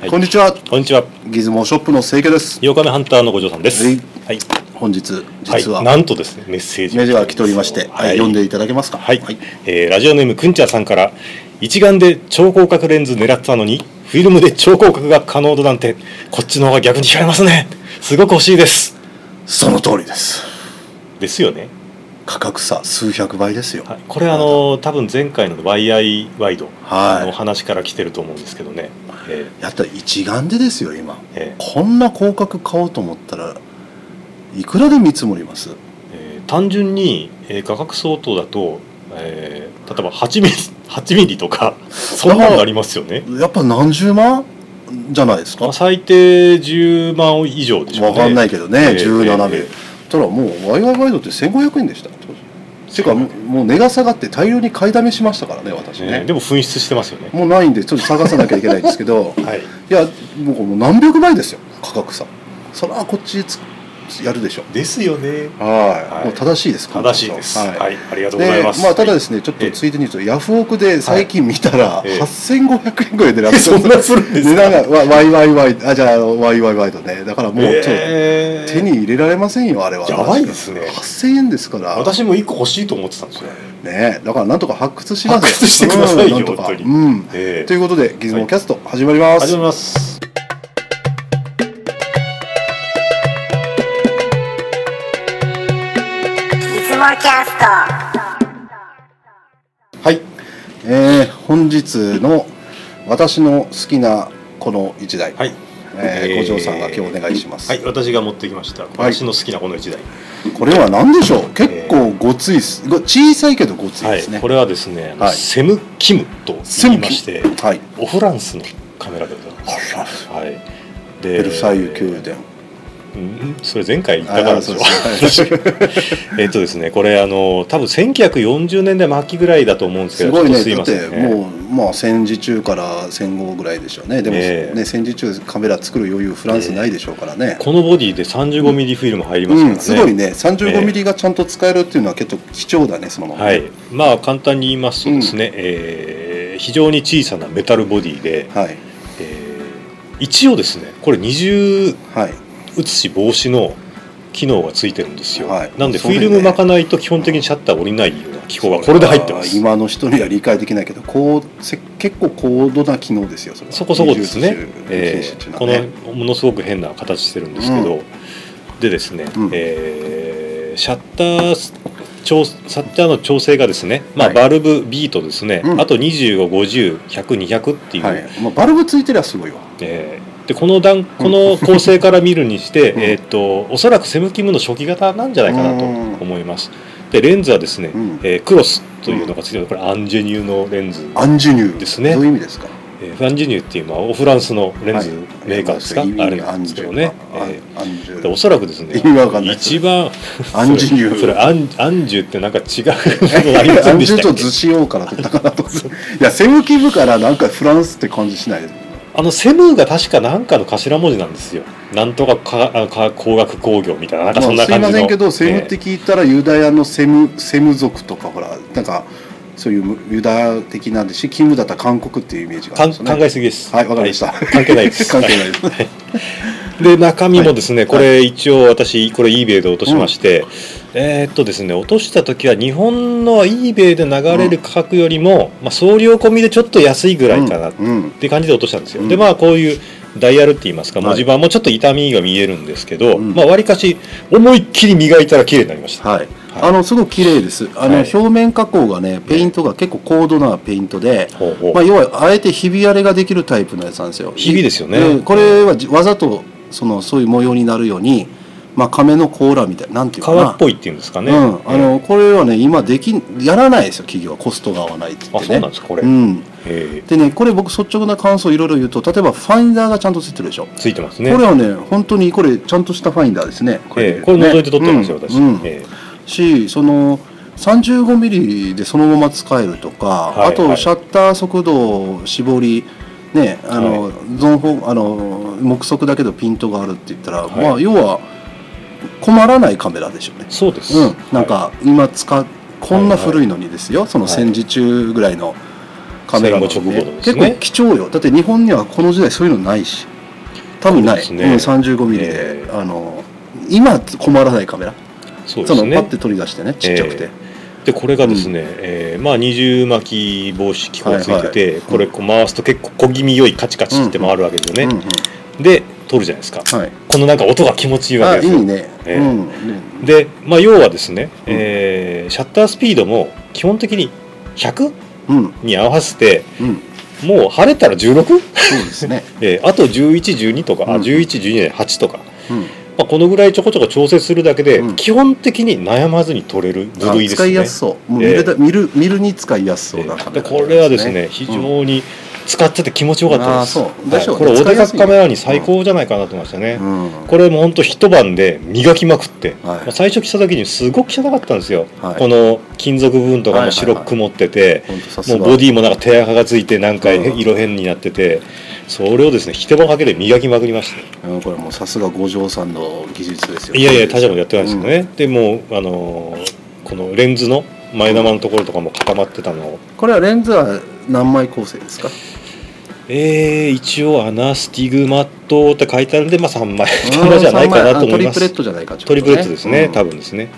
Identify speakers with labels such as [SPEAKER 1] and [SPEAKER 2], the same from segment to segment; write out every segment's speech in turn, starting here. [SPEAKER 1] はい
[SPEAKER 2] こんにちは
[SPEAKER 1] こんにちは
[SPEAKER 2] ギズモショップの清家です
[SPEAKER 1] 8日目ハンターの五条さんです
[SPEAKER 2] はい
[SPEAKER 1] はい、
[SPEAKER 2] 本日実は、
[SPEAKER 1] はいなんとですねメッセージ
[SPEAKER 2] メールが来ておりまして、はい読んでいただけますか
[SPEAKER 1] はい、えーラジオネームくんちゃさんから一眼で超広角レンズ狙ってたのにフィルムで超広角が可能だなんてこっちの方が逆に惹かれますねすごく欲しいです
[SPEAKER 2] その通りです
[SPEAKER 1] ですよね、
[SPEAKER 2] 価格差数百倍ですよ、
[SPEAKER 1] はい、これあの多分前回のワイヤイワイド
[SPEAKER 2] はい
[SPEAKER 1] の話から来てると思うんですけどね、え
[SPEAKER 2] やったら一眼でですよ今
[SPEAKER 1] ーえー
[SPEAKER 2] こんな広角買おうと思ったらいくらで見積もります
[SPEAKER 1] えー単純に、えー価格相当だと、えー例えば8ミリ8ミリ とかそんなのありますよね、
[SPEAKER 2] やっぱ何十万じゃないです
[SPEAKER 1] ま
[SPEAKER 2] か
[SPEAKER 1] あ、最低10万以上でしょうね
[SPEAKER 2] わかんないけど
[SPEAKER 1] え
[SPEAKER 2] ね、
[SPEAKER 1] え
[SPEAKER 2] 17名、
[SPEAKER 1] ええ
[SPEAKER 2] たらもうワイワイワイドって1500円でしたてかもうもう値が下がって大量に買いだめしましたからね私
[SPEAKER 1] ね
[SPEAKER 2] ね
[SPEAKER 1] でも紛失してますよね
[SPEAKER 2] もうないんでちょっと探さなきゃいけないんですけど
[SPEAKER 1] はい
[SPEAKER 2] いやもうもう何百倍ですよ価格差それはこっちつやるでしょ
[SPEAKER 1] ですよね
[SPEAKER 2] はい、
[SPEAKER 1] はい
[SPEAKER 2] もう正しいです
[SPEAKER 1] 正しいです
[SPEAKER 2] は
[SPEAKER 1] はいい、ありがとうございます
[SPEAKER 2] でまあ、ただですね、ちょっ
[SPEAKER 1] え
[SPEAKER 2] と
[SPEAKER 1] え
[SPEAKER 2] ついでに言うと、ヤフオクで最近見たら、
[SPEAKER 1] ええ
[SPEAKER 2] 8500円ぐらいで
[SPEAKER 1] はいそんなするんで
[SPEAKER 2] 値
[SPEAKER 1] すか
[SPEAKER 2] 段が、わワイワイワイ、あ、じゃあ、ワイワイワイとね、だからもう、ちょっと、
[SPEAKER 1] えー
[SPEAKER 2] 手に入れられませんよあれは
[SPEAKER 1] やばいですね
[SPEAKER 2] 8000円ですから
[SPEAKER 1] 私も1個欲しいと思ってたんですよ、
[SPEAKER 2] ねだからなんとか発掘します
[SPEAKER 1] 発掘してくださいよ
[SPEAKER 2] うんなんとか
[SPEAKER 1] 本当に
[SPEAKER 2] うん
[SPEAKER 1] え
[SPEAKER 2] ということでギズモキャスト始まり
[SPEAKER 1] ー、
[SPEAKER 2] ます、
[SPEAKER 1] 始めます
[SPEAKER 2] は
[SPEAKER 3] いつもキャスト
[SPEAKER 2] い、えー本日の私の好きなこの一台、
[SPEAKER 1] はい
[SPEAKER 2] えー五条さんが今日お願いします
[SPEAKER 1] はい私が持ってきました私の好きなこの1台、
[SPEAKER 2] これは何でしょう結構ごついっすご小さいけどごつい
[SPEAKER 1] は
[SPEAKER 2] で
[SPEAKER 1] い
[SPEAKER 2] すね、
[SPEAKER 1] これはですね、あの
[SPEAKER 2] はい
[SPEAKER 1] セムキムと言いまして
[SPEAKER 2] はい
[SPEAKER 1] オフランスのカメラでございます。
[SPEAKER 2] あら
[SPEAKER 1] はい。で
[SPEAKER 2] ベルサイユ宮殿、
[SPEAKER 1] うんそれ前回言ったからですよ。
[SPEAKER 2] あそうですね
[SPEAKER 1] えっとですね、これあの多分1940年代末期ぐらいだと思うんですけ
[SPEAKER 2] す
[SPEAKER 1] ど、
[SPEAKER 2] ごい
[SPEAKER 1] ちょっとすい
[SPEAKER 2] ねだ
[SPEAKER 1] ま
[SPEAKER 2] っ
[SPEAKER 1] せ
[SPEAKER 2] て
[SPEAKER 1] んね。
[SPEAKER 2] もう、まあ、戦時中から戦後ぐらいでしょうねでも、
[SPEAKER 1] ええ
[SPEAKER 2] ね戦時中カメラ作る余裕フランスないでしょうからね、
[SPEAKER 1] このボディで 35mm フィルム入りま
[SPEAKER 2] うん、
[SPEAKER 1] す
[SPEAKER 2] す
[SPEAKER 1] から
[SPEAKER 2] ごい
[SPEAKER 1] ね。
[SPEAKER 2] ね35ミリがちゃんと使えるっていうのは結構貴重だねそのまま、
[SPEAKER 1] はい、まあ簡単に言いますとですね、えー非常に小さなメタルボディで、
[SPEAKER 2] はい
[SPEAKER 1] えー一応ですねこれ20
[SPEAKER 2] はい
[SPEAKER 1] 写し防止の機能がついてるんですよ、
[SPEAKER 2] はい
[SPEAKER 1] なんで
[SPEAKER 2] そ
[SPEAKER 1] フ
[SPEAKER 2] うだ
[SPEAKER 1] ィ
[SPEAKER 2] よね
[SPEAKER 1] ルム巻かないと基本的にシャッター降りないような機構がこれで入ってます
[SPEAKER 2] 今の人には理解できないけどこうせ結構高度な機能ですよそれは
[SPEAKER 1] そこそこですね
[SPEAKER 2] 二重写真、
[SPEAKER 1] え
[SPEAKER 2] 禁止って
[SPEAKER 1] ー
[SPEAKER 2] いうのは
[SPEAKER 1] こ
[SPEAKER 2] ね
[SPEAKER 1] のものすごく変な形してるんですけど、でですね、
[SPEAKER 2] うん
[SPEAKER 1] えーシャッター調シャッターの調整がですね、まあ
[SPEAKER 2] はい
[SPEAKER 1] バルブ B とですね、
[SPEAKER 2] うん
[SPEAKER 1] あと2550100200っていう、
[SPEAKER 2] はいまあ、バルブついてりゃすごいわ
[SPEAKER 1] えーでこの段この構成から見るにして、
[SPEAKER 2] うん
[SPEAKER 1] えーっとおそらくセムキムの初期型なんじゃないかなと思います。でレンズはですね、
[SPEAKER 2] うん
[SPEAKER 1] えークロスというのがついてるこれアンジェニューのレンズ、
[SPEAKER 2] アンジュニュー
[SPEAKER 1] ですね
[SPEAKER 2] どういう意味ですか
[SPEAKER 1] えーフランジェニューっていうまあオフランスのレンズメーカーですか、
[SPEAKER 2] はい
[SPEAKER 1] あれなんですけどね、
[SPEAKER 2] アンジ
[SPEAKER 1] え
[SPEAKER 2] ュアンアンジ
[SPEAKER 1] ー
[SPEAKER 2] ュ
[SPEAKER 1] でおそらくですね
[SPEAKER 2] 意味わかんない
[SPEAKER 1] 一番
[SPEAKER 2] アンジュニュー
[SPEAKER 1] それそれアンアンジュってなんか違うことありませんでした
[SPEAKER 2] と
[SPEAKER 1] っけ
[SPEAKER 2] ずしようからとったかなといやセムキ部からなんかフランスって感じしないです
[SPEAKER 1] あのセムが確かなんかの頭文字なんですよなんとかかか工学工業みたいななんかそんな感じの、
[SPEAKER 2] まあ、すいませんけどセムっ
[SPEAKER 1] え
[SPEAKER 2] て聞いたらユダヤのセムセム族とかほらなんかそういうユダヤ的なんでしキムだったら韓国っていうイメー
[SPEAKER 1] ー
[SPEAKER 2] ジがあ
[SPEAKER 1] か
[SPEAKER 2] る
[SPEAKER 1] ん
[SPEAKER 2] んです
[SPEAKER 1] 考
[SPEAKER 2] よね
[SPEAKER 1] えすぎです
[SPEAKER 2] はいわかりました、
[SPEAKER 1] 関係ないです
[SPEAKER 2] 関係ないです
[SPEAKER 1] はいで中身もですね、
[SPEAKER 2] はい
[SPEAKER 1] これ一応私これ eBay で落としまして、えーっとですね落とした時は日本の eBay で流れる価格よりも、まあ、送料込みでちょっと安いぐらいかなっ
[SPEAKER 2] うんうん
[SPEAKER 1] て感じで落としたんですよ、
[SPEAKER 2] うん
[SPEAKER 1] でまあこういうダイヤルって言いますか
[SPEAKER 2] はい
[SPEAKER 1] 文字盤もちょっと痛みが見えるんですけど、
[SPEAKER 2] うん
[SPEAKER 1] まあわりかし思いっきり磨いたら綺麗になりました、
[SPEAKER 2] はい、あのすごく綺麗ですあの、
[SPEAKER 1] はい
[SPEAKER 2] 表面加工がねペイントが結構高度なペイントで、
[SPEAKER 1] ほうほう
[SPEAKER 2] まあ、要はあえてひび割れができるタイプのやつなんですよ
[SPEAKER 1] ひびですよね
[SPEAKER 2] うんこれはじわざとそのそういう模様になるように、まあ、亀の甲羅みたいななんていうかな
[SPEAKER 1] 革っぽいっていうんですかね、
[SPEAKER 2] うん、あのこれはね今できんやらないですよ企業はコストが合わないって言
[SPEAKER 1] あ
[SPEAKER 2] っ
[SPEAKER 1] そうな
[SPEAKER 2] て
[SPEAKER 1] ん
[SPEAKER 2] ね
[SPEAKER 1] ですかこれ、
[SPEAKER 2] うん
[SPEAKER 1] え
[SPEAKER 2] でねこれ僕率直な感想いろいろ言うと例えばファインダーがちゃんとついてるでしょ、
[SPEAKER 1] ーついてますね
[SPEAKER 2] これはね本当にこれちゃんとしたファインダーですね
[SPEAKER 1] これ,、えーこれ覗いて撮ってますよ、
[SPEAKER 2] ね
[SPEAKER 1] 私、
[SPEAKER 2] うんうん
[SPEAKER 1] えー
[SPEAKER 2] しその35ミリでそのまま使えるとか、
[SPEAKER 1] いはい
[SPEAKER 2] あとシャッター速度を絞りねあの、
[SPEAKER 1] は
[SPEAKER 2] ゾンフォあの目測だけどピントがあるって言ったら、
[SPEAKER 1] はい
[SPEAKER 2] まあ要は困らないカメラでしょうね
[SPEAKER 1] そうです、
[SPEAKER 2] うん、なんか今使っこんな古いのにですよ、その戦時中ぐらいのカメラの、ね、
[SPEAKER 1] 戦後直後のです
[SPEAKER 2] 結
[SPEAKER 1] ね
[SPEAKER 2] 構貴重よだって日本にはこの時代そういうのないし多分ない、、
[SPEAKER 1] そううんですね
[SPEAKER 2] 35mm で、
[SPEAKER 1] ええ
[SPEAKER 2] あの今困らないカメラ
[SPEAKER 1] そうで
[SPEAKER 2] そ
[SPEAKER 1] す
[SPEAKER 2] のパ
[SPEAKER 1] ね
[SPEAKER 2] ッて取り出してねちっちゃくて、
[SPEAKER 1] えでこれがですね、えーまあ、二重巻き防止機構ついてて、
[SPEAKER 2] はいはい
[SPEAKER 1] これこう回すと結構小気味よいカチカチって回るわけですよね、
[SPEAKER 2] うんうん
[SPEAKER 1] で撮るじゃないですか
[SPEAKER 2] はい
[SPEAKER 1] このなんか音が気持ちいいわ
[SPEAKER 2] あ
[SPEAKER 1] け
[SPEAKER 2] い
[SPEAKER 1] ですよ
[SPEAKER 2] いね、
[SPEAKER 1] ええ
[SPEAKER 2] うん
[SPEAKER 1] で、まあ、要はですね、
[SPEAKER 2] うん
[SPEAKER 1] えーシャッタースピードも基本的に100
[SPEAKER 2] うん
[SPEAKER 1] に合わせて
[SPEAKER 2] うん
[SPEAKER 1] もう晴れたら 16?
[SPEAKER 2] そうですね、
[SPEAKER 1] えーあと1112とか、あ
[SPEAKER 2] うん
[SPEAKER 1] 1112八8とか、
[SPEAKER 2] うん、
[SPEAKER 1] まあ、このぐらいちょこちょこ調整するだけで、
[SPEAKER 2] うん
[SPEAKER 1] 基本的に悩まずに撮れる部類ですね
[SPEAKER 2] あ使いやすそうもう見れた、見る見るに使いやすそうなカメ
[SPEAKER 1] で
[SPEAKER 2] ラ、
[SPEAKER 1] これはですね、非常に使ってて気持ちよかったです、
[SPEAKER 2] うんあーそうでしょうね
[SPEAKER 1] これお出かけカメラに
[SPEAKER 2] 使い
[SPEAKER 1] 最
[SPEAKER 2] やすい
[SPEAKER 1] 高じゃないかなと思いましたね、
[SPEAKER 2] うん、
[SPEAKER 1] これも本当一晩で磨きまくって、
[SPEAKER 2] はい
[SPEAKER 1] まあ最初来た時にすごく汚かったんですよ、
[SPEAKER 2] はい
[SPEAKER 1] この金属部分とかも白く曇ってて、
[SPEAKER 2] 本当さすが
[SPEAKER 1] もうボディもなんか手垢がついてなんか
[SPEAKER 2] うん
[SPEAKER 1] 色変になってて、それをですね一晩かけて磨きまくりました
[SPEAKER 2] うんこれもうさすが五条さんの技術ですよ
[SPEAKER 1] いやいや他社もやってないですよね、でもうあのーこのレンズの前玉のところとかも固まってたのを、
[SPEAKER 2] これはレンズは何枚構成ですか
[SPEAKER 1] えー、一応アナスティグマットって書いてあるんで、まあ、3枚玉じゃないかなと思いま
[SPEAKER 2] あトリプレッ
[SPEAKER 1] す
[SPEAKER 2] トじゃないかちょっと
[SPEAKER 1] トリプレットですね、
[SPEAKER 2] うん
[SPEAKER 1] 多分ですね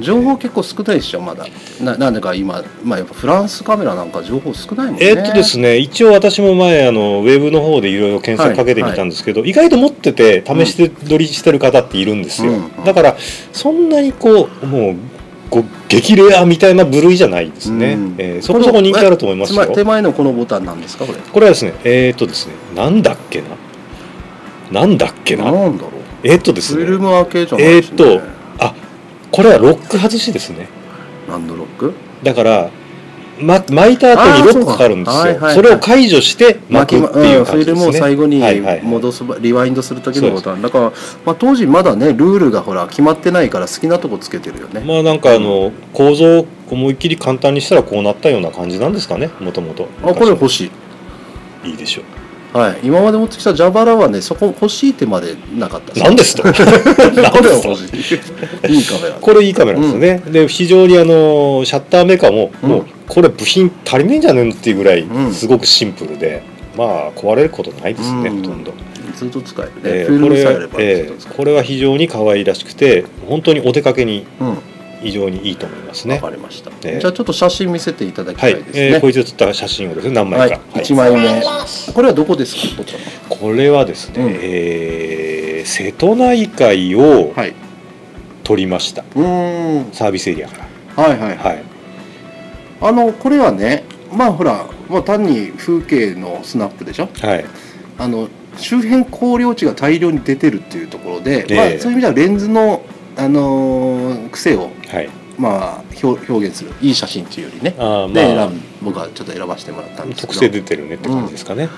[SPEAKER 2] 情報結構少ないでしょまだななんでか今、まあ、やっぱフランスカメラなんか情報少ないもんね
[SPEAKER 1] えーっとですね一応私も前あのウェブの方でいろいろ検索かけてみたんですけど、意外と持ってて試して撮りしてる方っているんですよ、
[SPEAKER 2] うんうん
[SPEAKER 1] だからそんなにこうもうこう激レアみたいな部類じゃないですね、
[SPEAKER 2] うん
[SPEAKER 1] えーそこそこ人気あると思います
[SPEAKER 2] つまり手
[SPEAKER 1] よ
[SPEAKER 2] 前のこのボタンなんですかこれ
[SPEAKER 1] これはですねえーっとですねなんだっけななんだっけな
[SPEAKER 2] なんだろう
[SPEAKER 1] えーっとで
[SPEAKER 2] フ
[SPEAKER 1] す
[SPEAKER 2] ィル
[SPEAKER 1] ね
[SPEAKER 2] ムアーケーじゃないし、ね、
[SPEAKER 1] えーっあこれはロック外しですね
[SPEAKER 2] ランドロック
[SPEAKER 1] だから、ま、巻いた後にロックかかるんですよ
[SPEAKER 2] あーそうかはい
[SPEAKER 1] そ,、
[SPEAKER 2] はいはい
[SPEAKER 1] れを解除して巻くっていう感じですね、
[SPEAKER 2] ん、フィルムを最後に
[SPEAKER 1] はいはいはい
[SPEAKER 2] 戻す、リワインドする時のボタンだから、まあ、当時まだねルールがほら決まってないから好きなとこつけてるよね、
[SPEAKER 1] まあなんかあの構造を思いっきり簡単にしたらこうなったような感じなんですかねもともと
[SPEAKER 2] あ、これ欲しい、
[SPEAKER 1] いいでしょ
[SPEAKER 2] はい、今まで持ってきた蛇腹はねそこ欲しい手までなかった
[SPEAKER 1] う何ですと何
[SPEAKER 2] これ
[SPEAKER 1] で
[SPEAKER 2] は
[SPEAKER 1] すと
[SPEAKER 2] 欲し いいいカメラ
[SPEAKER 1] これいいカメラですよね、で非常にあのシャッターメーカーも、
[SPEAKER 2] うん
[SPEAKER 1] もうこれ部品足りねえんじゃねえのっていうぐらい
[SPEAKER 2] うん
[SPEAKER 1] すごくシンプルで、まあ壊れることないですね、
[SPEAKER 2] うん
[SPEAKER 1] ほとんど
[SPEAKER 2] ずっと使えるね、
[SPEAKER 1] えー
[SPEAKER 2] フィル
[SPEAKER 1] こ
[SPEAKER 2] ム
[SPEAKER 1] れ
[SPEAKER 2] さえあればずっ
[SPEAKER 1] え
[SPEAKER 2] と使
[SPEAKER 1] ーこれは非常に可愛らしくて本当にお出かけに
[SPEAKER 2] える、うん
[SPEAKER 1] 非常にいいと思います
[SPEAKER 2] わ
[SPEAKER 1] ね
[SPEAKER 2] かりました、
[SPEAKER 1] ええ
[SPEAKER 2] じゃあちょっと写真見せていただきた
[SPEAKER 1] はいい、
[SPEAKER 2] ですね、
[SPEAKER 1] えーこいつで撮った写真をですね何
[SPEAKER 2] は
[SPEAKER 1] 枚
[SPEAKER 2] い
[SPEAKER 1] か、はい
[SPEAKER 2] 1枚目これはどこですかこちら
[SPEAKER 1] これはですね、
[SPEAKER 2] うん
[SPEAKER 1] えー瀬戸内海を
[SPEAKER 2] はい
[SPEAKER 1] 撮りました、
[SPEAKER 2] うーん
[SPEAKER 1] サービスエリアから、
[SPEAKER 2] はいはい
[SPEAKER 1] はい
[SPEAKER 2] あのこれはねまあほら、まあ、単に風景のスナップでしょ
[SPEAKER 1] はい
[SPEAKER 2] あの周辺光量値が大量に出てるっていうところで、
[SPEAKER 1] ええ
[SPEAKER 2] まあ、そういう意味ではレンズの、あのー癖を、
[SPEAKER 1] はい、
[SPEAKER 2] まあ、表表現するいい写真っていうよりね
[SPEAKER 1] あー
[SPEAKER 2] で
[SPEAKER 1] まあ、
[SPEAKER 2] 選ぶ僕はちょっと選ばせてもらったんです
[SPEAKER 1] 特
[SPEAKER 2] け
[SPEAKER 1] 性
[SPEAKER 2] ど
[SPEAKER 1] 出てるねって感じですかね、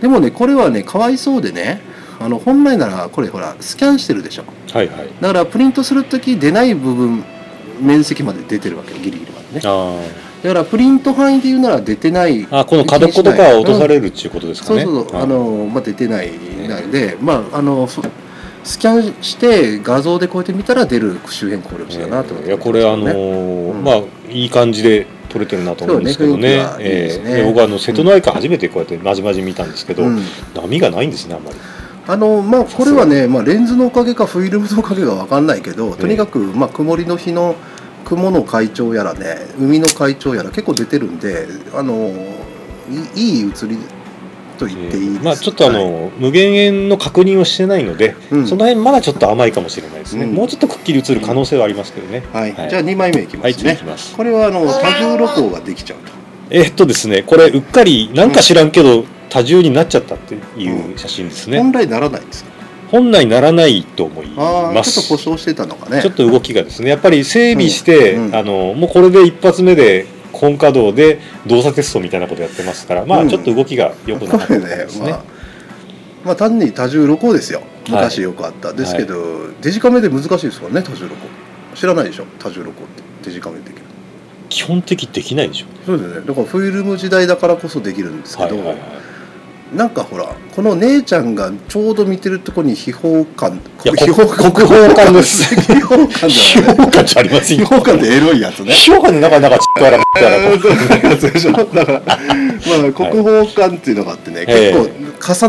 [SPEAKER 2] でもねこれはねかわいそうでねあの本来ならこれほらスキャンしてるでしょ
[SPEAKER 1] はいはい
[SPEAKER 2] だからプリントする時出ない部分面積まで出てるわけよギリギリまでね
[SPEAKER 1] あー
[SPEAKER 2] だからプリント範囲で言うなら出てない
[SPEAKER 1] あーこの角っことかは落とされるっていうことですか
[SPEAKER 2] そう
[SPEAKER 1] ね、
[SPEAKER 2] そうそう、
[SPEAKER 1] はい
[SPEAKER 2] あのまあ、出てないなんで、まああのそスキャンして画像でこうやって見たら出る周辺考慮値だなと思って、
[SPEAKER 1] いやこれあの
[SPEAKER 2] ね
[SPEAKER 1] ー
[SPEAKER 2] うん
[SPEAKER 1] まあいい感じで撮れてるなと思うんですけどね
[SPEAKER 2] そうね雰囲気はいいですね
[SPEAKER 1] えーで僕はあの瀬戸内海初めてこうやってまじまじ見たんですけど、
[SPEAKER 2] うん
[SPEAKER 1] 波がないんですねあんまり
[SPEAKER 2] あのまあ、これはね、まあ、レンズのおかげかフィルムのおかげかわかんないけどとにかく、まあ、曇りの日の雲の海潮やらね海の海潮やら結構出てるんであのいいいい写りと言っていいです、
[SPEAKER 1] まあ、ちょっとあ
[SPEAKER 2] はい
[SPEAKER 1] の、無限遠の確認をしてないので、
[SPEAKER 2] うん
[SPEAKER 1] その辺まだちょっと甘いかもしれないですね、
[SPEAKER 2] うん
[SPEAKER 1] もうちょっとくっきり映る可能性はありますけどね、
[SPEAKER 2] はい
[SPEAKER 1] はい
[SPEAKER 2] じゃあ2枚目いきま
[SPEAKER 1] はい
[SPEAKER 2] す
[SPEAKER 1] 次
[SPEAKER 2] ね、
[SPEAKER 1] いきます
[SPEAKER 2] これはあの多重露光ができちゃうと
[SPEAKER 1] えーっとですねこれうっかりなんか知らんけど、多重になっちゃったっていう写真ですね、
[SPEAKER 2] 本来ならないんですよ
[SPEAKER 1] 本来ならないと思い
[SPEAKER 2] ああ
[SPEAKER 1] ま
[SPEAKER 2] ちょ
[SPEAKER 1] す
[SPEAKER 2] っと故障してたのかね
[SPEAKER 1] ちょっと動きがですねやっぱり整備して、
[SPEAKER 2] うんうん
[SPEAKER 1] あのもうこれで一発目で本稼働で動作テストみたいなことやってますからま
[SPEAKER 2] う
[SPEAKER 1] あ
[SPEAKER 2] ん
[SPEAKER 1] ちょっと動きが良くなかっ
[SPEAKER 2] こ
[SPEAKER 1] た
[SPEAKER 2] れ
[SPEAKER 1] みたい
[SPEAKER 2] ね
[SPEAKER 1] ですね,、
[SPEAKER 2] まあまあ単に多重露光ですよ昔よくあった、ですけど、デジカメで難しいですからね多重露光知らないでしょ多重露光ってデジカメでできる
[SPEAKER 1] 基本的できないでしょ
[SPEAKER 2] そうですよねだからフィルム時代だからこそできるんですけ
[SPEAKER 1] はい
[SPEAKER 2] ど、
[SPEAKER 1] はいはい
[SPEAKER 2] なんかほらこの姉ちゃんがちょうど見てるとこに秘宝感
[SPEAKER 1] いや
[SPEAKER 2] 秘宝
[SPEAKER 1] 国宝館です
[SPEAKER 2] 秘宝感じゃない
[SPEAKER 1] 評価じゃありません
[SPEAKER 2] 秘
[SPEAKER 1] よ
[SPEAKER 2] 宝感ってエロいやつね
[SPEAKER 1] 秘宝館の中になんかちっからみたいな
[SPEAKER 2] そういうやつでしょだからあ、国宝館っていうのがあってね、
[SPEAKER 1] ええ
[SPEAKER 2] 結構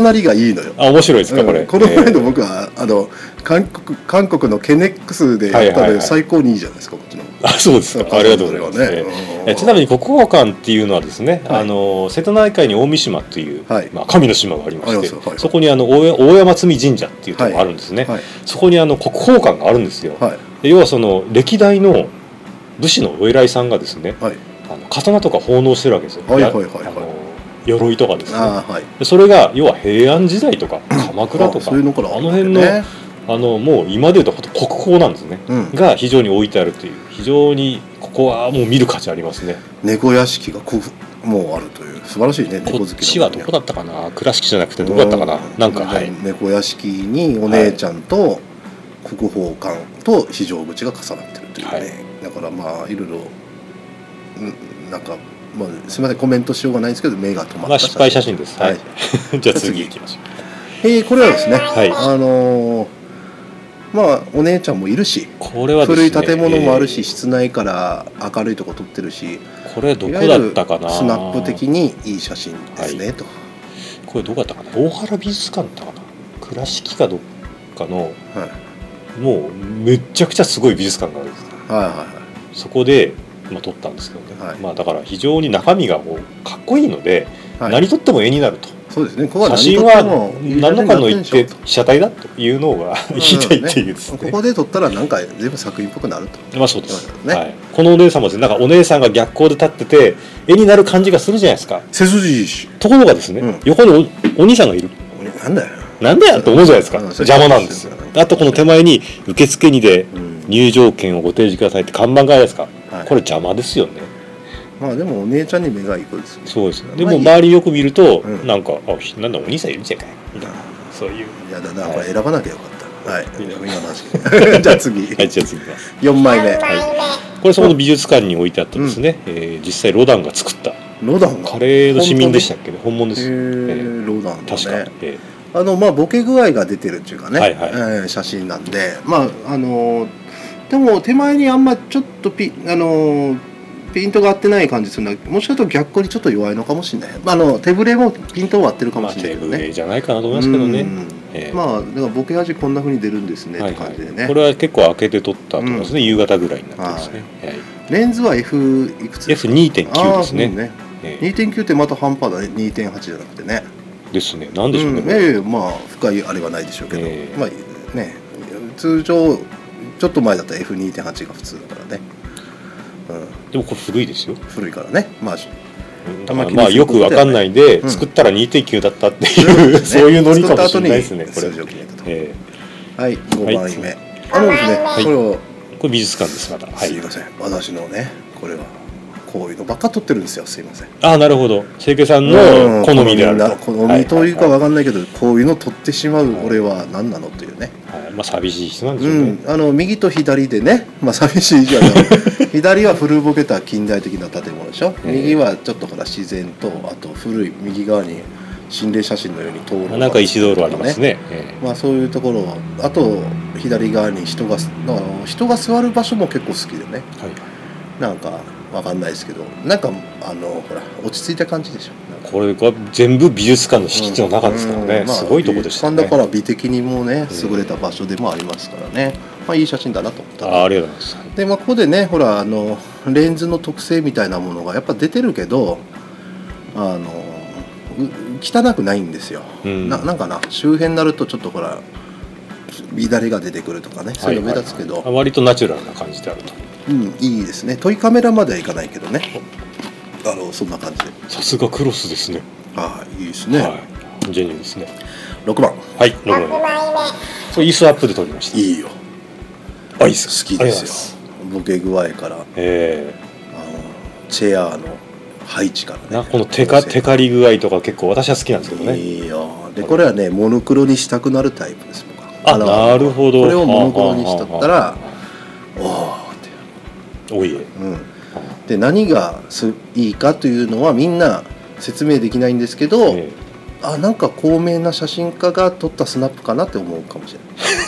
[SPEAKER 2] 重なりがいいのよ。
[SPEAKER 1] あ面白いですか、こ
[SPEAKER 2] う
[SPEAKER 1] れ
[SPEAKER 2] んこの前
[SPEAKER 1] え
[SPEAKER 2] の僕は、あの韓国韓国のケネックスでやった
[SPEAKER 1] はいは
[SPEAKER 2] の
[SPEAKER 1] いは
[SPEAKER 2] で
[SPEAKER 1] い
[SPEAKER 2] 最高にいいじゃないですか、こっちの。
[SPEAKER 1] ーあそうですかありがとうございます、
[SPEAKER 2] それ
[SPEAKER 1] えー
[SPEAKER 2] はねうん
[SPEAKER 1] えーちなみに国宝館っていうのはですね、
[SPEAKER 2] はい
[SPEAKER 1] あの瀬戸内海に大三島という、
[SPEAKER 2] はい
[SPEAKER 1] まあ、神の島がありま
[SPEAKER 2] あ
[SPEAKER 1] し
[SPEAKER 2] り
[SPEAKER 1] て
[SPEAKER 2] ますよはい
[SPEAKER 1] そこにあの大大山積神社っていうところがあるんですね、
[SPEAKER 2] はい
[SPEAKER 1] そこにあの国宝館があるんですよ、
[SPEAKER 2] はい
[SPEAKER 1] で要はその歴代の武士のお偉いさんがですね
[SPEAKER 2] はい
[SPEAKER 1] あの刀とか奉納してるわけですよ、
[SPEAKER 2] はいはいはいはい
[SPEAKER 1] あの鎧とかですね
[SPEAKER 2] ああはい。
[SPEAKER 1] でそれが要は平安時代とか鎌倉とか
[SPEAKER 2] あそういうのから
[SPEAKER 1] あの辺の
[SPEAKER 2] ね。
[SPEAKER 1] あのもう今で言うとほんと国宝なんですね
[SPEAKER 2] うん。
[SPEAKER 1] が非常に置いてあるという非常にここはもう見る価値ありますね
[SPEAKER 2] 猫屋敷がこうもうあるという素晴らしいね。
[SPEAKER 1] こ
[SPEAKER 2] 猫好
[SPEAKER 1] っ
[SPEAKER 2] きの
[SPEAKER 1] ちはどこだったかな倉敷じゃなくてどこだったかな
[SPEAKER 2] う
[SPEAKER 1] なんかはい
[SPEAKER 2] 猫屋敷にお姉ちゃんと国宝館と非常口が重なってるというね、
[SPEAKER 1] はい
[SPEAKER 2] だからまあいろいろうんなんか、まあ、すみませんコメントしようがないんですけど目が止まった
[SPEAKER 1] まあ失敗写真です
[SPEAKER 2] は
[SPEAKER 1] はいい じゃあ次行きましょう
[SPEAKER 2] えーこれはですね、
[SPEAKER 1] はい
[SPEAKER 2] あのーまあお姉ちゃんもいるし、
[SPEAKER 1] これはです
[SPEAKER 2] 古
[SPEAKER 1] ね
[SPEAKER 2] い建物もあるし、
[SPEAKER 1] えー
[SPEAKER 2] 室内から明るいとこ撮ってるし
[SPEAKER 1] これど
[SPEAKER 2] い
[SPEAKER 1] こ
[SPEAKER 2] わゆ
[SPEAKER 1] だ
[SPEAKER 2] る
[SPEAKER 1] ったかな
[SPEAKER 2] スナップ的にいい写真ですね、
[SPEAKER 1] は
[SPEAKER 2] と。
[SPEAKER 1] これどこだったかな大原美術館だったかな倉敷かどっかの
[SPEAKER 2] はい
[SPEAKER 1] もうめっちゃくちゃすごい美術館があるんです
[SPEAKER 2] はいはいはい
[SPEAKER 1] そこで、まあ、撮ったんですけどね、
[SPEAKER 2] はい
[SPEAKER 1] まあ、だから非常に中身がもうかっこいいので、
[SPEAKER 2] はい
[SPEAKER 1] 何撮っても絵になると
[SPEAKER 2] そうですね。ここは
[SPEAKER 1] 写
[SPEAKER 2] 何
[SPEAKER 1] 真
[SPEAKER 2] 撮っても
[SPEAKER 1] は何らかの一定
[SPEAKER 2] 有
[SPEAKER 1] 被写体だというのが言い
[SPEAKER 2] 名
[SPEAKER 1] たい
[SPEAKER 2] にな
[SPEAKER 1] ってて
[SPEAKER 2] る
[SPEAKER 1] い
[SPEAKER 2] で
[SPEAKER 1] うで
[SPEAKER 2] し
[SPEAKER 1] す
[SPEAKER 2] ょう
[SPEAKER 1] ね
[SPEAKER 2] とここで撮ったらなんか全部作品っぽくなると。
[SPEAKER 1] まあそうです
[SPEAKER 2] そうだよね
[SPEAKER 1] はい、このお姉さんもですねなんかお姉さんが逆光で立ってて絵になる感じがするじゃないですか
[SPEAKER 2] 背筋いいし。
[SPEAKER 1] ところがですね、
[SPEAKER 2] うん
[SPEAKER 1] 横におお兄さんがいる
[SPEAKER 2] なんだよ。
[SPEAKER 1] なんだよと思うじゃないですか、
[SPEAKER 2] うん
[SPEAKER 1] 邪魔なんですよあとこの手前に受付にで
[SPEAKER 2] うん
[SPEAKER 1] 入場券をご提示くださいって看板があるじゃないですか、
[SPEAKER 2] はい
[SPEAKER 1] これ邪魔ですよね
[SPEAKER 2] まあでもお姉ちゃんに目が行くですよ。
[SPEAKER 1] そうですねで
[SPEAKER 2] ま
[SPEAKER 1] も
[SPEAKER 2] あいい
[SPEAKER 1] 周りよく見ると、
[SPEAKER 2] うん
[SPEAKER 1] なんかあひなんだお兄さんいるじゃんかいみたいなそういう
[SPEAKER 2] いやだな
[SPEAKER 1] はい
[SPEAKER 2] これ選ばなきゃよかった。はい。
[SPEAKER 1] いいね
[SPEAKER 2] 今の話。じ ゃあ次。
[SPEAKER 1] はいじゃあ次です
[SPEAKER 2] 四枚目。
[SPEAKER 1] これそこの美術館に置いてあったですね、えー実際ロダンが作った
[SPEAKER 2] ロダンが。
[SPEAKER 1] カレーの市民でしたっけね本物です、
[SPEAKER 2] へー
[SPEAKER 1] え
[SPEAKER 2] ロダン
[SPEAKER 1] ー
[SPEAKER 2] だ
[SPEAKER 1] 確か、
[SPEAKER 2] ね。
[SPEAKER 1] え
[SPEAKER 2] あのまあボケ具合が出てるっていうかね。
[SPEAKER 1] はいはい
[SPEAKER 2] えー写真なんで、まああのーでも手前にあんまちょっとピあのーピントが合ってない感じするのはもしかすると逆光にちょっと弱いのかもしれない、まあ、あの手ぶれもピントは合ってる
[SPEAKER 1] ー
[SPEAKER 2] か
[SPEAKER 1] ま
[SPEAKER 2] も
[SPEAKER 1] あ
[SPEAKER 2] し
[SPEAKER 1] 手
[SPEAKER 2] れないけど
[SPEAKER 1] ぶ
[SPEAKER 2] ね
[SPEAKER 1] れじゃないかなと思いますけどね、
[SPEAKER 2] うん
[SPEAKER 1] ええ
[SPEAKER 2] まあだからボケ味こんな風に出るんですね、
[SPEAKER 1] はい
[SPEAKER 2] って
[SPEAKER 1] は
[SPEAKER 2] 感じで
[SPEAKER 1] い、
[SPEAKER 2] ね
[SPEAKER 1] これは結構開けて撮ったと思いますね、夕方ぐらいになってますね、はい
[SPEAKER 2] レンズは F いくつ
[SPEAKER 1] F2.9 ですね
[SPEAKER 2] あーそうね
[SPEAKER 1] えー
[SPEAKER 2] 2.9ってまた半端だね2.8じゃなくてね
[SPEAKER 1] ですねなんでしょうね、
[SPEAKER 2] うんええまあ深いあれはないでしょうけど、
[SPEAKER 1] ええ
[SPEAKER 2] まあね通常ちょっと前だったら F2.8 が普通だからね、
[SPEAKER 1] でもこれ古いですよ
[SPEAKER 2] うん、古いからね まあ
[SPEAKER 1] だからまあよくわかんないで、
[SPEAKER 2] うん
[SPEAKER 1] 作ったら2.9だったっていう、そういうノリかもしれないですねこ
[SPEAKER 2] 作っ
[SPEAKER 1] れ
[SPEAKER 2] た後に数、字を決めたと
[SPEAKER 1] え
[SPEAKER 2] はい5
[SPEAKER 1] は
[SPEAKER 2] 番
[SPEAKER 1] い
[SPEAKER 2] 目、あのですね、
[SPEAKER 3] はい
[SPEAKER 2] これを
[SPEAKER 1] ーこれ美術館ですまだ、は
[SPEAKER 2] す
[SPEAKER 1] い
[SPEAKER 2] い、ません、私のねこれはこういうのばっか撮ってるんですよすいません
[SPEAKER 1] ああなるほど清家さん
[SPEAKER 2] うん
[SPEAKER 1] の好みであると
[SPEAKER 2] 好みな好みというか
[SPEAKER 1] は
[SPEAKER 2] わかんないけど、こういうの撮ってしまう
[SPEAKER 1] はい
[SPEAKER 2] 俺は何なのというね、
[SPEAKER 1] いはいはいまあ寂しい人なんでしょうね、
[SPEAKER 2] うん、あの右と左でね、まあ、寂しいじゃない 左は古ぼけた近代的な建物でしょ
[SPEAKER 1] ええ
[SPEAKER 2] 右はちょっとほら自然とあと古い右側に心霊写真のように灯
[SPEAKER 1] ま
[SPEAKER 2] 籠
[SPEAKER 1] あなんか石灯籠ありますねえ
[SPEAKER 2] まあそういうところあと左側に人があの人が座る場所も結構好きでね
[SPEAKER 1] えはい
[SPEAKER 2] なんかわかんないですけどなんかあのほら落ち着いた感じでしょなんか
[SPEAKER 1] これが全部美術館の敷地の中ですからね、
[SPEAKER 2] うんまあ
[SPEAKER 1] すごいとこでした
[SPEAKER 2] 美
[SPEAKER 1] ね
[SPEAKER 2] 術館だから美的にもね
[SPEAKER 1] うん
[SPEAKER 2] 優れた場所でもありますからね、まあ、いい写真だなと思っ
[SPEAKER 1] ああ
[SPEAKER 2] た
[SPEAKER 1] ありがとうございます
[SPEAKER 2] で、まあ、ここでねほらあのレンズの特性みたいなものがやっぱ出てるけどあのう汚くないんですよ、
[SPEAKER 1] うん
[SPEAKER 2] ななんかな周辺になるとちょっとほら乱れが出てくるとかねそういうの目立つけど、
[SPEAKER 1] はいはいはい割とナチュラルな感じであると
[SPEAKER 2] うん、いいですねトイカメラまではいかないけどねあのそんな感じで
[SPEAKER 1] さすがクロスですね
[SPEAKER 2] ああいいですね、
[SPEAKER 1] はいジェニーですね
[SPEAKER 2] 6番
[SPEAKER 1] はいどうもこれイースアップで撮りました
[SPEAKER 2] いいよ
[SPEAKER 1] あいいっすか
[SPEAKER 2] 好き
[SPEAKER 1] あり
[SPEAKER 2] で
[SPEAKER 1] がとうございますす
[SPEAKER 2] よボケ具合から
[SPEAKER 1] え
[SPEAKER 2] あのチェアの配置からね
[SPEAKER 1] えなこのテカテカり具合とか結構私は好きなんですけどね
[SPEAKER 2] いいよでこれはねモノクロにしたくなるタイプです僕は
[SPEAKER 1] あ
[SPEAKER 2] の
[SPEAKER 1] なるほど
[SPEAKER 2] これをモノクロにしたった
[SPEAKER 1] はあは
[SPEAKER 2] ら
[SPEAKER 1] あは
[SPEAKER 2] おおーって
[SPEAKER 1] あおいえ
[SPEAKER 2] うんで何がすいいかというのはみんな説明できないんですけど、
[SPEAKER 1] え
[SPEAKER 2] あなんか高名な写真家が撮ったスナップかなって思うかもし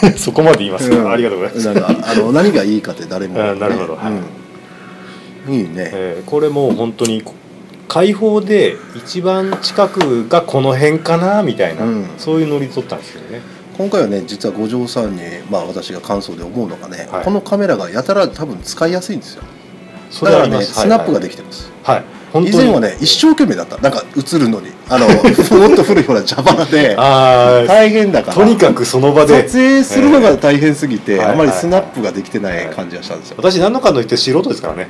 [SPEAKER 2] れない
[SPEAKER 1] えそこまで言いますか、
[SPEAKER 2] うん
[SPEAKER 1] ありがとうございます、
[SPEAKER 2] なんかあの何 がいいかって誰も、
[SPEAKER 1] うんなるほどはい
[SPEAKER 2] うんいいね、
[SPEAKER 1] ええこれもう本当に開放で一番近くがこの辺かなみたいな、
[SPEAKER 2] うん
[SPEAKER 1] そういうノリで撮ったんですよね
[SPEAKER 2] 今回はね実は五条さんに、まあ、私が感想で思うのがね、
[SPEAKER 1] はい
[SPEAKER 2] このカメラがやたら多分使いやすいんですよ
[SPEAKER 1] それ
[SPEAKER 2] だか
[SPEAKER 1] はあ
[SPEAKER 2] ら
[SPEAKER 1] り
[SPEAKER 2] ね、
[SPEAKER 1] ます
[SPEAKER 2] スナップがで
[SPEAKER 1] き
[SPEAKER 2] きてます、
[SPEAKER 1] はい、はい本当
[SPEAKER 2] 以
[SPEAKER 1] に
[SPEAKER 2] 前はね一生懸命だったなんか映るのにあのもっと古いほら邪魔で
[SPEAKER 1] あー
[SPEAKER 2] 大変だから
[SPEAKER 1] とにかくその場で
[SPEAKER 2] 撮影するのが大変すぎて、
[SPEAKER 1] えー
[SPEAKER 2] あまりスナップができてない感じがしたんですよ、
[SPEAKER 1] 私何のかんの言って素人ですからね、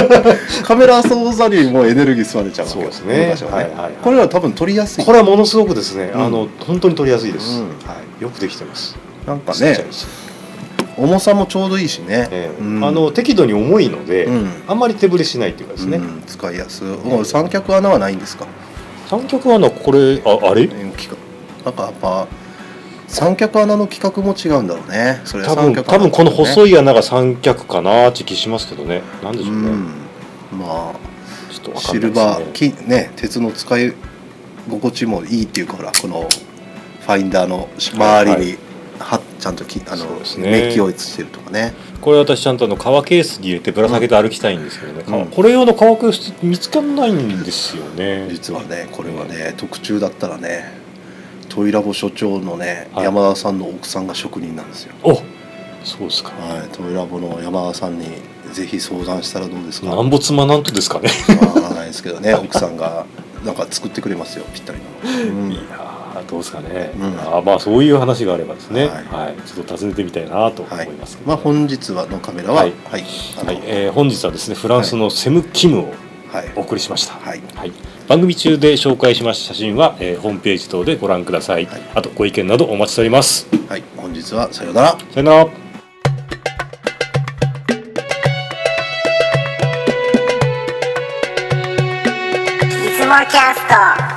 [SPEAKER 2] カメラ操作にもエネルギー吸われちゃうわけ
[SPEAKER 1] そうですね
[SPEAKER 2] 昔はね、
[SPEAKER 1] はいはいはい
[SPEAKER 2] これは多分撮りやすい
[SPEAKER 1] これはものすごくですね、
[SPEAKER 2] うん
[SPEAKER 1] あの本当に撮りやすいです、
[SPEAKER 2] うん
[SPEAKER 1] はい、よくできてます
[SPEAKER 2] なんか
[SPEAKER 1] ちっち
[SPEAKER 2] ね
[SPEAKER 1] ゃいし
[SPEAKER 2] 重さもちょうどいいしね、
[SPEAKER 1] ええ
[SPEAKER 2] うん
[SPEAKER 1] あの適度に重いので、
[SPEAKER 2] うん
[SPEAKER 1] あんまり手ぶれしないっていうかですね、
[SPEAKER 2] うん使いやすい、もう三脚穴はないんですか
[SPEAKER 1] 三脚はのこれああれ
[SPEAKER 2] うん企画なんかやっぱ三脚穴の規格も違うんだろうねそれは
[SPEAKER 1] 多
[SPEAKER 2] 三
[SPEAKER 1] 分
[SPEAKER 2] 脚
[SPEAKER 1] 多
[SPEAKER 2] 穴
[SPEAKER 1] 分この
[SPEAKER 2] い
[SPEAKER 1] 細い穴が三脚かなって気しますけどねなんでしょうね、
[SPEAKER 2] うん、まあ
[SPEAKER 1] ちょっとわか
[SPEAKER 2] シ
[SPEAKER 1] んな
[SPEAKER 2] ル
[SPEAKER 1] いです
[SPEAKER 2] バー
[SPEAKER 1] ね
[SPEAKER 2] 金ね鉄の使い心地もいいっていうかほらこのファインダーの周りにはちゃんときあの
[SPEAKER 1] そうですね
[SPEAKER 2] メッキを映してるとかね
[SPEAKER 1] これ私ちゃんとあの革ケースに入れてぶら下げて歩きたいんですけどね、
[SPEAKER 2] うん
[SPEAKER 1] これ用の革ケース見つかんないんですよね、
[SPEAKER 2] 実はねこれはね特注だったらねトイラボ所長のね、
[SPEAKER 1] はい
[SPEAKER 2] 山田さんの奥さんが職人なんですよ、
[SPEAKER 1] おそうですか、
[SPEAKER 2] はい、トイラボの山田さんにぜひ相談したらどうですか
[SPEAKER 1] なんぼ妻なんとですかね、
[SPEAKER 2] わからないですけ どね奥さんがなんか作ってくれますよぴったりの、うん
[SPEAKER 1] いやーどうですかね、
[SPEAKER 2] うん
[SPEAKER 1] あーまあそういう話があればですね、
[SPEAKER 2] は
[SPEAKER 1] はいいちょっと訪ねてみたいなと思いますけど
[SPEAKER 2] まあ、
[SPEAKER 1] ね、
[SPEAKER 2] 本日はのカメラはは
[SPEAKER 1] はいい、
[SPEAKER 2] はいあの
[SPEAKER 1] はいえー本日はですねフランスのセム・キムを
[SPEAKER 2] はい
[SPEAKER 1] お送りしました、はい
[SPEAKER 2] はい
[SPEAKER 1] 番組中で紹介しました写真は、えーホームページ等でご覧ください、
[SPEAKER 2] はい
[SPEAKER 1] あとご意見などお待ちしております
[SPEAKER 2] はい、本日はさようなら
[SPEAKER 1] さよなら
[SPEAKER 3] いつもキャスト